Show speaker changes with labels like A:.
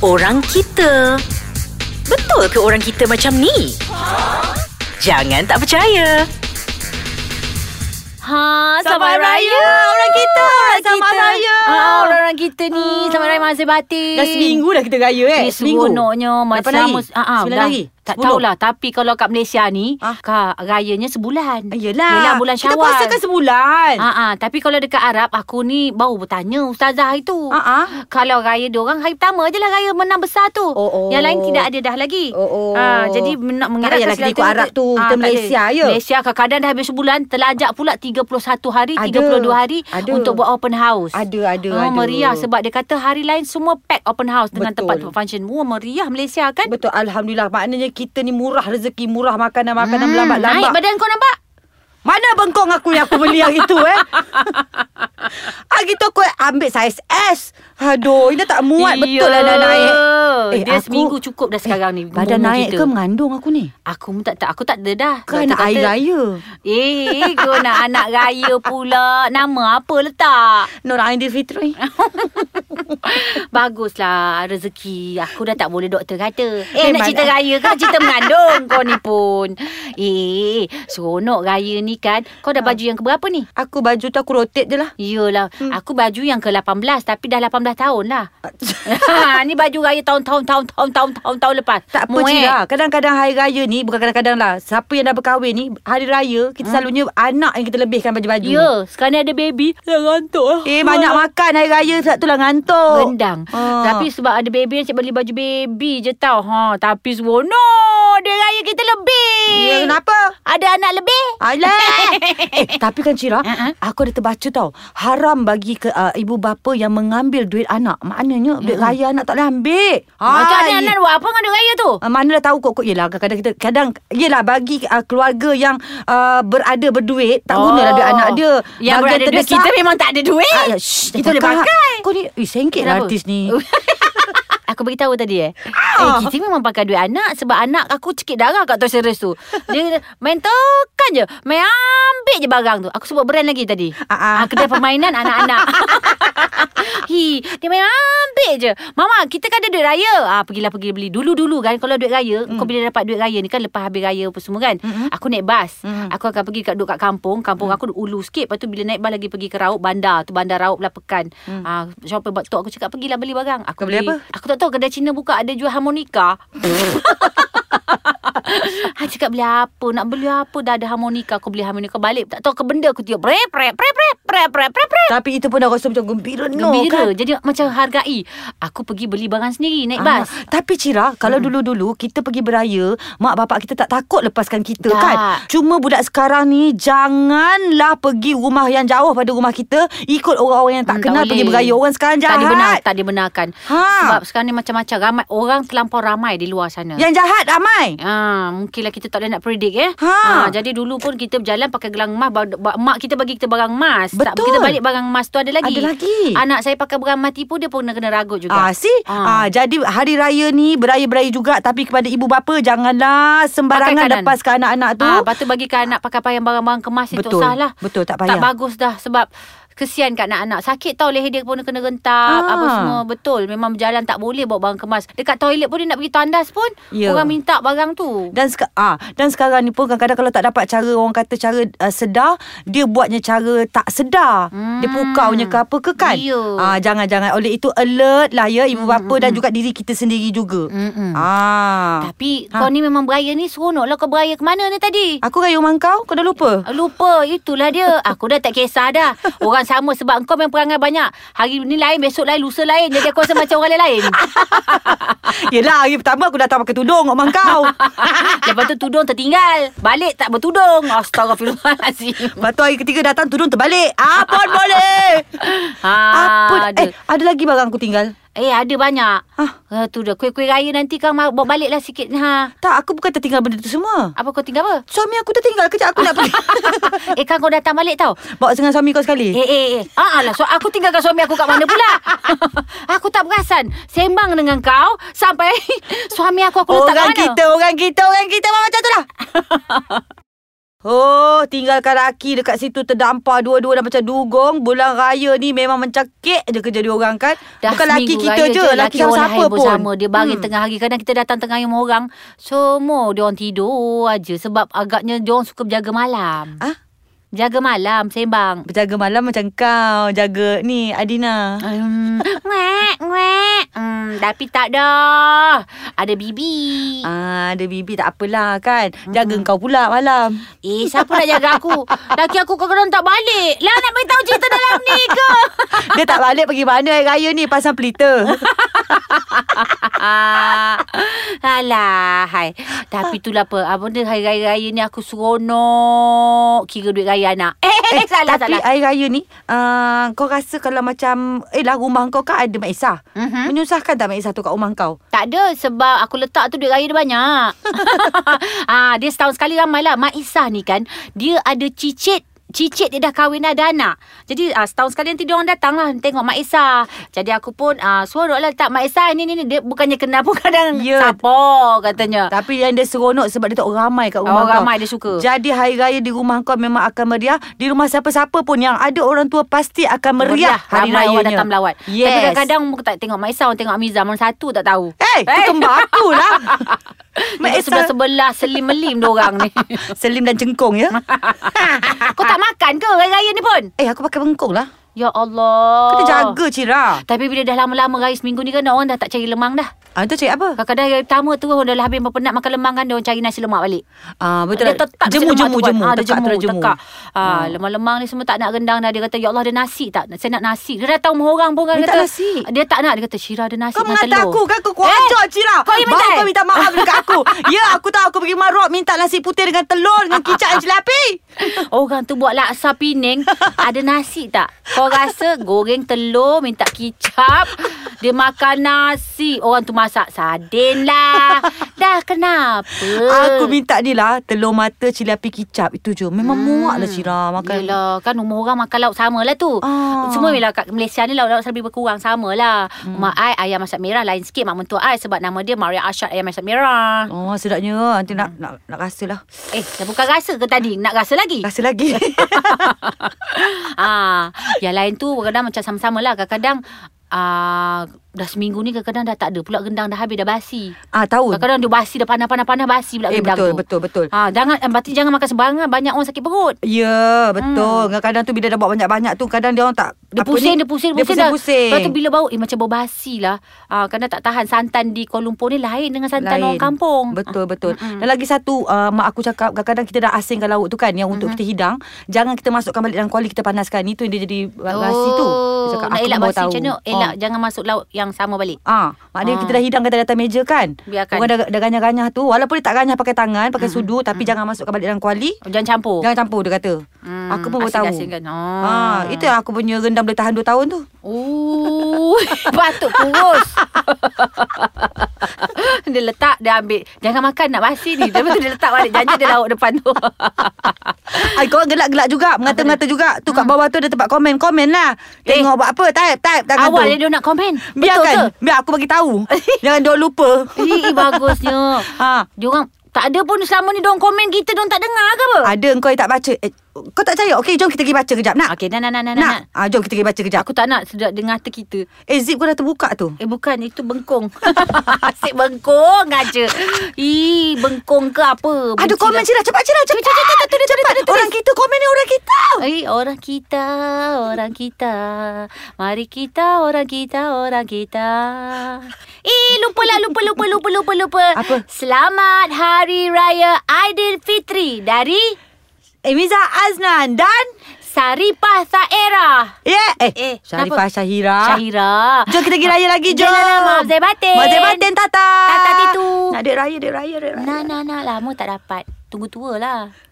A: orang kita. Betul ke orang kita macam ni? Jangan tak percaya. Ha,
B: Selamat Raya, orang kita,
A: Orang
B: Selamat
A: kita.
B: Raya. Ah.
A: Ah, orang-orang kita ni, Selamat Raya Masih Batin.
B: Dah seminggu dah kita raya eh.
A: Eh, seronoknya
B: Lapan
A: masa
B: hari?
A: ah, ah,
B: Sembilan
A: dah.
B: hari?
A: Tak
B: Sepuluh?
A: tahulah Tapi kalau kat Malaysia ni
B: Ah.
A: Kak Rayanya sebulan
B: Yelah.
A: Yelah bulan
B: Kita
A: syawal
B: puasa kan sebulan.
A: Ah, ah. Tapi kalau dekat Arab Aku ni baru bertanya Ustazah hari tu
B: Ah, ah.
A: Kalau raya diorang Hari pertama je lah Raya menang besar tu
B: Oh, oh.
A: Yang lain tidak ada dah lagi
B: Oh, oh.
A: Ah, Jadi men- mengira
B: payahlah kita ikut Arab tu. Kita Malaysia je.
A: Ha, Malaysia kadang-kadang dah habis sebulan Terlajak pula 31 hari
B: Ada.
A: 32 hari
B: Ada.
A: Untuk buat open house
B: Ada, ada,
A: Ah,
B: ada.
A: Meriah sebab dia kata Hari lain semua pack open house Dengan
B: Betul.
A: tempat-tempat function Wah meriah Malaysia kan
B: Betul Alhamdulillah Maknanya kita ni murah rezeki Murah makanan-makanan
A: Naik
B: hmm, melambat-lambat
A: badan kau nampak?
B: Mana bengkong aku yang aku beli hari tu eh Hari tu aku ambil saiz S Aduh Ini tak muat betul lah dah naik eh,
A: Eh, dia seminggu cukup dah sekarang ni
B: Badan
A: umur
B: naik
A: kita.
B: ke mengandung aku ni
A: Aku pun tak, tak Aku tak ada dah Sebab
B: Kan nak
A: tu
B: air
A: kata,
B: raya
A: Eh kau nak anak raya pula Nama apa letak
B: Nur Aidilfitri
A: Baguslah rezeki Aku dah tak boleh doktor kata Eh nak
B: Memang
A: cerita
B: lah.
A: raya kau Cerita mengandung kau ni pun Eh seronok raya ni kan Kau dah baju yang keberapa ni?
B: Aku baju tu aku rotate je lah
A: Yelah hmm. Aku baju yang ke-18 Tapi dah 18 tahun lah ha, Ni baju raya tahun-tahun Tahun-tahun Tahun-tahun tahun lepas
B: Tak apa
A: Muek.
B: Cira Kadang-kadang hari raya ni Bukan kadang-kadang lah Siapa yang dah berkahwin ni Hari raya Kita selalunya Anak yang kita lebihkan baju-baju ni.
A: Hmm. Ya, sekarang ni ada baby. Dah ngantuk lah.
B: Eh banyak makan hari raya Sebab tu lah ngantuk
A: Rendang.
B: Ah.
A: Tapi sebab ada baby, Encik beli baju baby je tau. Ha, tapi seronok. Dia raya kita lebih.
B: Ya kenapa
A: Ada anak lebih.
B: Alah Eh tapi kan Cira
A: Ha-ha.
B: Aku ada terbaca tau Haram bagi ke, uh, ibu bapa Yang mengambil duit anak Maknanya Duit raya anak tak boleh ambil
A: Hmm. Macam
B: Hai.
A: mana anak buat apa dengan dia raya tu?
B: Uh, mana dah tahu kok-kok Yelah kadang-kadang kita Kadang Yelah bagi uh, keluarga yang uh, Berada berduit Tak oh. gunalah duit anak dia
A: Yang
B: Bahagian
A: berada duit
B: terbesar-
A: kita memang tak ada duit.
B: Ah, ya, shh,
A: kita boleh
B: cakap.
A: Eh, pakai.
B: Kau ni eh, sengkit lah
A: Kenapa?
B: artis ni.
A: Aku beritahu tadi eh. Eh, kita memang pakai duit anak sebab anak aku cekik darah kat Toys R Us tu. Dia main tekan je. Main ambil je barang tu. Aku sebut brand lagi tadi.
B: Ah, ah.
A: Ah, kedai permainan anak-anak. Hi, dia main ambil je. Mama, kita kan ada duit raya. Ah, pergilah pergi beli. Dulu-dulu kan kalau duit raya,
B: Hmm.
A: kau bila dapat duit raya ni kan lepas habis raya apa semua kan. Aku naik bas.
B: Hmm.
A: Aku akan pergi kat duduk kat kampung. Kampung aku ulu sikit. Lepas tu bila naik bas lagi pergi ke Raub bandar. Tu bandar Raub lah pekan. Ah, shopper buat tok aku cakap pergilah beli barang. Aku
B: Hmm. Kau beli apa?
A: Aku tak tahu kedai Cina buka ada jual harmonika. Ha cakap beli apa Nak beli apa Dah ada harmonika Aku beli harmonika balik Tak tahu ke benda Aku tiup Prep prep prep prep prep prep prep prep
B: Tapi itu pun aku rasa macam gembira. No,
A: Gembira
B: kan?
A: Jadi macam hargai Aku pergi beli barang sendiri Naik
B: Ah,
A: bas Hmm.
B: tapi Cira Kalau dulu-dulu Kita pergi beraya Mak bapak kita tak takut Lepaskan kita
A: Tak.
B: kan Cuma budak sekarang ni Janganlah pergi rumah yang jauh Pada rumah kita Ikut orang-orang yang tak
A: Hmm,
B: kenal
A: boleh.
B: Pergi beraya Orang sekarang jahat
A: Tak dibenar Tak dibenarkan
B: Ha.
A: Sebab sekarang ni macam-macam ramai Orang terlampau ramai Di luar sana
B: Yang jahat ramai
A: Ah, mungkinlah kita tak boleh nak predict eh.
B: Ha.
A: Ah, jadi dulu pun kita berjalan pakai gelang emas, ba- ba- mak kita bagi kita barang emas. Tak
B: Betul.
A: kita balik barang emas tu ada lagi.
B: Ada lagi.
A: Anak saya pakai barang mati pun dia pun kena kena ragut juga.
B: Ah, see? Ah.
A: Ah.
B: jadi hari raya ni beraya-beraya juga tapi kepada ibu bapa janganlah sembarangan
A: kanan.
B: lepaskan anak-anak tu.
A: Ah, lepas tu bagi kat anak pakai payang barang-barang kemas itu
B: Betul.
A: salah.
B: Betul, tak payah.
A: Tak bagus dah sebab kesian kat anak-anak. Sakit tau leher dia pun kena rentak
B: Ah.
A: apa semua. Betul. Memang berjalan tak boleh bawa barang kemas. Dekat toilet pun dia nak pergi tandas pun
B: Ya.
A: orang minta barang tu.
B: Dan seka- ah dan sekarang ni pun kadang-kadang kalau tak dapat cara orang kata cara uh, sedar, dia buatnya cara tak sedar. Hmm. Dia pukaunya ke apa ke kan?
A: Ya.
B: Ah jangan-jangan oleh itu alert lah ya ibu bapa dan juga diri kita sendiri juga.
A: Mm-mm.
B: Ah.
A: Hmm. Tapi
B: Ha.
A: ha. kau ni memang beraya ni seronok lah kau beraya ke mana ni tadi?
B: Aku raya rumah kau, kau dah lupa?
A: Lupa itulah dia Aku dah tak kisah dah Orang sama sebab kau main perangai banyak Hari ni lain besok lain lusa lain Jadi aku rasa macam orang lain
B: Yelah, hari pertama aku datang pakai tudung rumah kau.
A: Lepas tu tudung tertinggal Balik tak bertudung Astagfirullahaladzim
B: Lepas tu hari ketiga datang tudung terbalik. Ah pun boleh.
A: ha,
B: Apa
A: ada.
B: eh ada lagi barang aku tinggal.
A: eh ada banyak
B: Ha.
A: ha, Tu dah kuih-kuih raya nanti kau ma- bawa balik lah sikit ha.
B: Tak, aku bukan tertinggal benda tu semua.
A: Apa kau tinggal apa?
B: Suami aku tertinggal kejap aku nak pergi.
A: eh kan kau datang balik tau
B: Bawa dengan suami kau sekali.
A: Eh eh eh ah, alah, so Aku tinggalkan suami aku kat mana pula Aku tak perasan Sembang dengan kau Sampai Suami aku aku letak kat
B: Orang
A: mana
B: kita, orang kita, orang kita memang macam tu lah. Oh, tinggalkan Aki dekat situ terdampar dua-dua dah macam dugong. Bulan raya ni memang mencakik je kerja dia orang kan.
A: Dah
B: Bukan laki
A: seminggu
B: kita
A: raya
B: je, laki
A: orang
B: siapa
A: lain
B: pun.
A: Sama. Dia bagi hmm. tengah hari. Kadang kita datang tengah hari rumah orang. Semua dia orang tidur aja. Sebab agaknya dia orang suka berjaga malam.
B: Ah?
A: Jaga malam, sembang.
B: Berjaga malam macam kau Jaga ni Adina
A: Um, wek, wek. Hmm, tapi tak dah. Ada bibi.
B: Ah, Ada bibi tak apalah kan Jaga kau pula malam
A: Eh, siapa nak jaga aku? Laki aku kadang-kadang tak balik. Lah nak beritahu cerita dalam ni ke?
B: Dia tak balik pergi mana hari raya ni Pasang pelita
A: Alah, hai. Tapi itulah apa. Apa benda hari raya-raya ni aku seronok. Kira duit raya anak. Eh, eh, eh salah,
B: Tapi
A: salah.
B: hari raya ni uh, Kau rasa kalau macam Eh lah rumah kau kan ada Mak Isah
A: Mhm.
B: Menyusahkan tak Mak Isah tu kat rumah kau
A: Tak ada sebab aku letak tu duit raya dia banyak. ah, dia setahun sekali ramai lah. Mak Isah ni kan, dia ada cicit. Cicit dia dah kahwin ada anak. Jadi ah, setahun sekali nanti dia orang datang lah tengok Mak Isah. Jadi aku pun ah, suruh lah letak Mak Isah ni ni ni. Dia bukannya kenal pun kadang
B: Ya.
A: sapo katanya.
B: Tapi yang dia seronok Sebab dia tak orang ramai kat rumah
A: Orang
B: kau
A: Oh, ramai dia suka.
B: Jadi hari raya di rumah kau Memang akan meriah Di rumah siapa-siapa pun Yang ada orang tua Pasti akan meriah, Hari
A: Ramai
B: raya
A: orang datang melawat
B: Yes
A: Tapi kadang-kadang muka tak tengok Mak Isah Orang tengok Amizah Orang satu tak tahu
B: Eh, hey, tu kembar aku lah. Mak
A: Mak
B: Esa
A: Sebelah-sebelah Selim-melim diorang ni
B: Selim dan Cengkong ya.
A: Kau tak makan ke Raya-raya ni pun
B: eh, aku pakai bengkong lah.
A: Ya Allah
B: Kena jaga Cira.
A: Tapi bila dah lama-lama Raya seminggu ni kan Orang dah tak cari lemang dah
B: Ah, tu cakap apa?
A: Kadang-kadang hari pertama tu Orang dah habis penat makan lemang kan Dia orang cari nasi lemak balik
B: Ah, betul.
A: Dia
B: lah.
A: tetap nasi
B: jemu
A: lemak
B: jemu
A: tu kan.
B: jemu.
A: Ah, dia
B: tekak, terus jemu. Hmm.
A: tekak. Ah, Lemang-lemang ni semua tak nak rendang dah Dia kata Ya Allah ada nasi tak Saya nak nasi Dia datang rumah orang pun kan
B: Dia
A: dia
B: tak
A: kata,
B: nasi.
A: Dia tak nak Dia kata Syirah ada nasi
B: Kau
A: dengan
B: mengata
A: telur."
B: aku kan Kau kuacok eh, Cira
A: kau yang minta,
B: Baru
A: eh?
B: kau minta maaf dekat aku Ya aku tahu Aku pergi marok Minta nasi putih dengan telur Dengan kicap dan jelapi
A: Orang tu buat laksa Penang Ada nasi tak? Kau rasa goreng telur Minta kicap Dia makan nasi Orang tu masak sardin lah Dah kenapa?
B: Aku
A: Hmm.
B: minta ni lah Telur mata jelapi kicap Itu je Memang muak lah Cira Makan
A: Yelah kan rumah orang makan lauk sama lah tu
B: Ah.
A: Semua bila kat Malaysia ni lauk-lauk selalu berkurang sama lah
B: Hmm.
A: Mak I ayam masak merah lain sikit Mak mentua I sebab nama dia Maria Ashad ayam masak merah
B: Oh sedapnya Nanti nak, nak, nak rasa lah
A: Eh dah bukan rasa ke tadi? Nak rasa lagi?
B: Rasa lagi
A: ah, yang lain tu kadang macam sama-sama lah. Kadang-kadang ah, dah seminggu ni kadang-kadang dah tak ada pula gendang dah habis dah basi.
B: Ah tahu
A: Kadang-kadang dia basi dah panas-panas-panas basi pula
B: Eh
A: gendang
B: betul
A: tu.
B: betul betul
A: Ah, jangan eh, berarti jangan makan sembarangan banyak orang sakit perut.
B: Ya, yeah, betul. Hmm. Kadang tu bila dah buat banyak-banyak tu kadang dia orang tak
A: Dia
B: apa
A: pusing, dia
B: ni?
A: pusing,
B: dia pusing.
A: dah.
B: pusing.
A: Lepas tu bila bau, eh macam bau basi lah. Ah, kadang tak tahan santan di Kuala Lumpur ni lain dengan santan orang
B: Lain.
A: kampung. Ah.
B: Betul betul. Dan lagi satu uh, mak aku cakap kadang-kadang kita dah asingkan lauk tu kan yang untuk
A: Mm-hmm.
B: kita hidang, jangan kita masukkan balik dalam kuali kita panaskan. Itu yang dia jadi basi tu. Dia
A: Oh. nak
B: cakap aku
A: elak
B: baru
A: basi
B: tahu. Oh.
A: macam mana? Elak jangan masuk laut yang sama balik.
B: Ah, maknanya
A: Ah.
B: kita dah hidang kata datang meja kan.
A: Biarkan.
B: Orang dah, dah ganyah-ganyah tu walaupun dia tak ganyah pakai tangan,
A: Ah.
B: pakai sudu tapi jangan masukkan balik dalam kuali.
A: Jangan campur.
B: Jangan campur dia kata.
A: Hmm,
B: Aku pun baru tahu.
A: asing-asingkan. Ah.
B: Ah, itu yang aku punya rendam boleh tahan 2 tahun tu.
A: Oh, patut kurus. dia letak, dia ambil. Jangan makan, nak basi ni. Lepas tu dia letak balik. Janji dia lauk depan tu.
B: Ay, korang gelak-gelak juga Mengata-mengata juga Tu
A: Ah.
B: kat bawah tu ada tempat komen Komen lah Tengok buat apa Type type
A: Eh.
B: tangan
A: Awal
B: tu
A: dia nak komen.
B: Biarkan
A: Betul
B: Biar aku bagi tahu Jangan dia lupa
A: ke? Ih, bagusnya.
B: ha.
A: Dia orang tak ada pun selama ni diorang komen kita diorang tak dengar ke apa?
B: Ada kau yang tak baca eh, Kau tak percaya Okey jom kita pergi baca kejap Nak
A: Okey, nah, nah, nah, nah,
B: Nak
A: nah.
B: ha, Jom kita pergi baca kejap
A: Aku tak nak sedap dengar tu kita.
B: Eh zip kau dah terbuka tu
A: Eh bukan, itu bengkong. Asyik bengkong aja. Ih, bengkong ke apa?
B: Ada
A: Benci lah.
B: komen Cira cepat Cira cepat Cepat Orang kita komen ni orang kita
A: Eh, orang kita, orang kita. Mari kita, orang kita, orang kita. Eh, lupa lah, lupa, lupa, lupa, lupa, lupa.
B: Apa?
A: Selamat Hari Raya Aidilfitri dari
B: Emiza Eh, Aznan dan
A: Saripah Saera.
B: Ya yeah. Eh,
A: Eh,
B: eh Syarifah
A: kenapa?
B: Syahira
A: Syahira.
B: Ah. Jom kita pergi raya lagi Jom
A: Jalan lah, Mak Zai Batin.
B: Mak Zai Batin Tata
A: Tata Titu.
B: Nak dek raya Dek raya Dek raya
A: Nah, nah, nah. Lama tak dapat. Tunggu tua lah.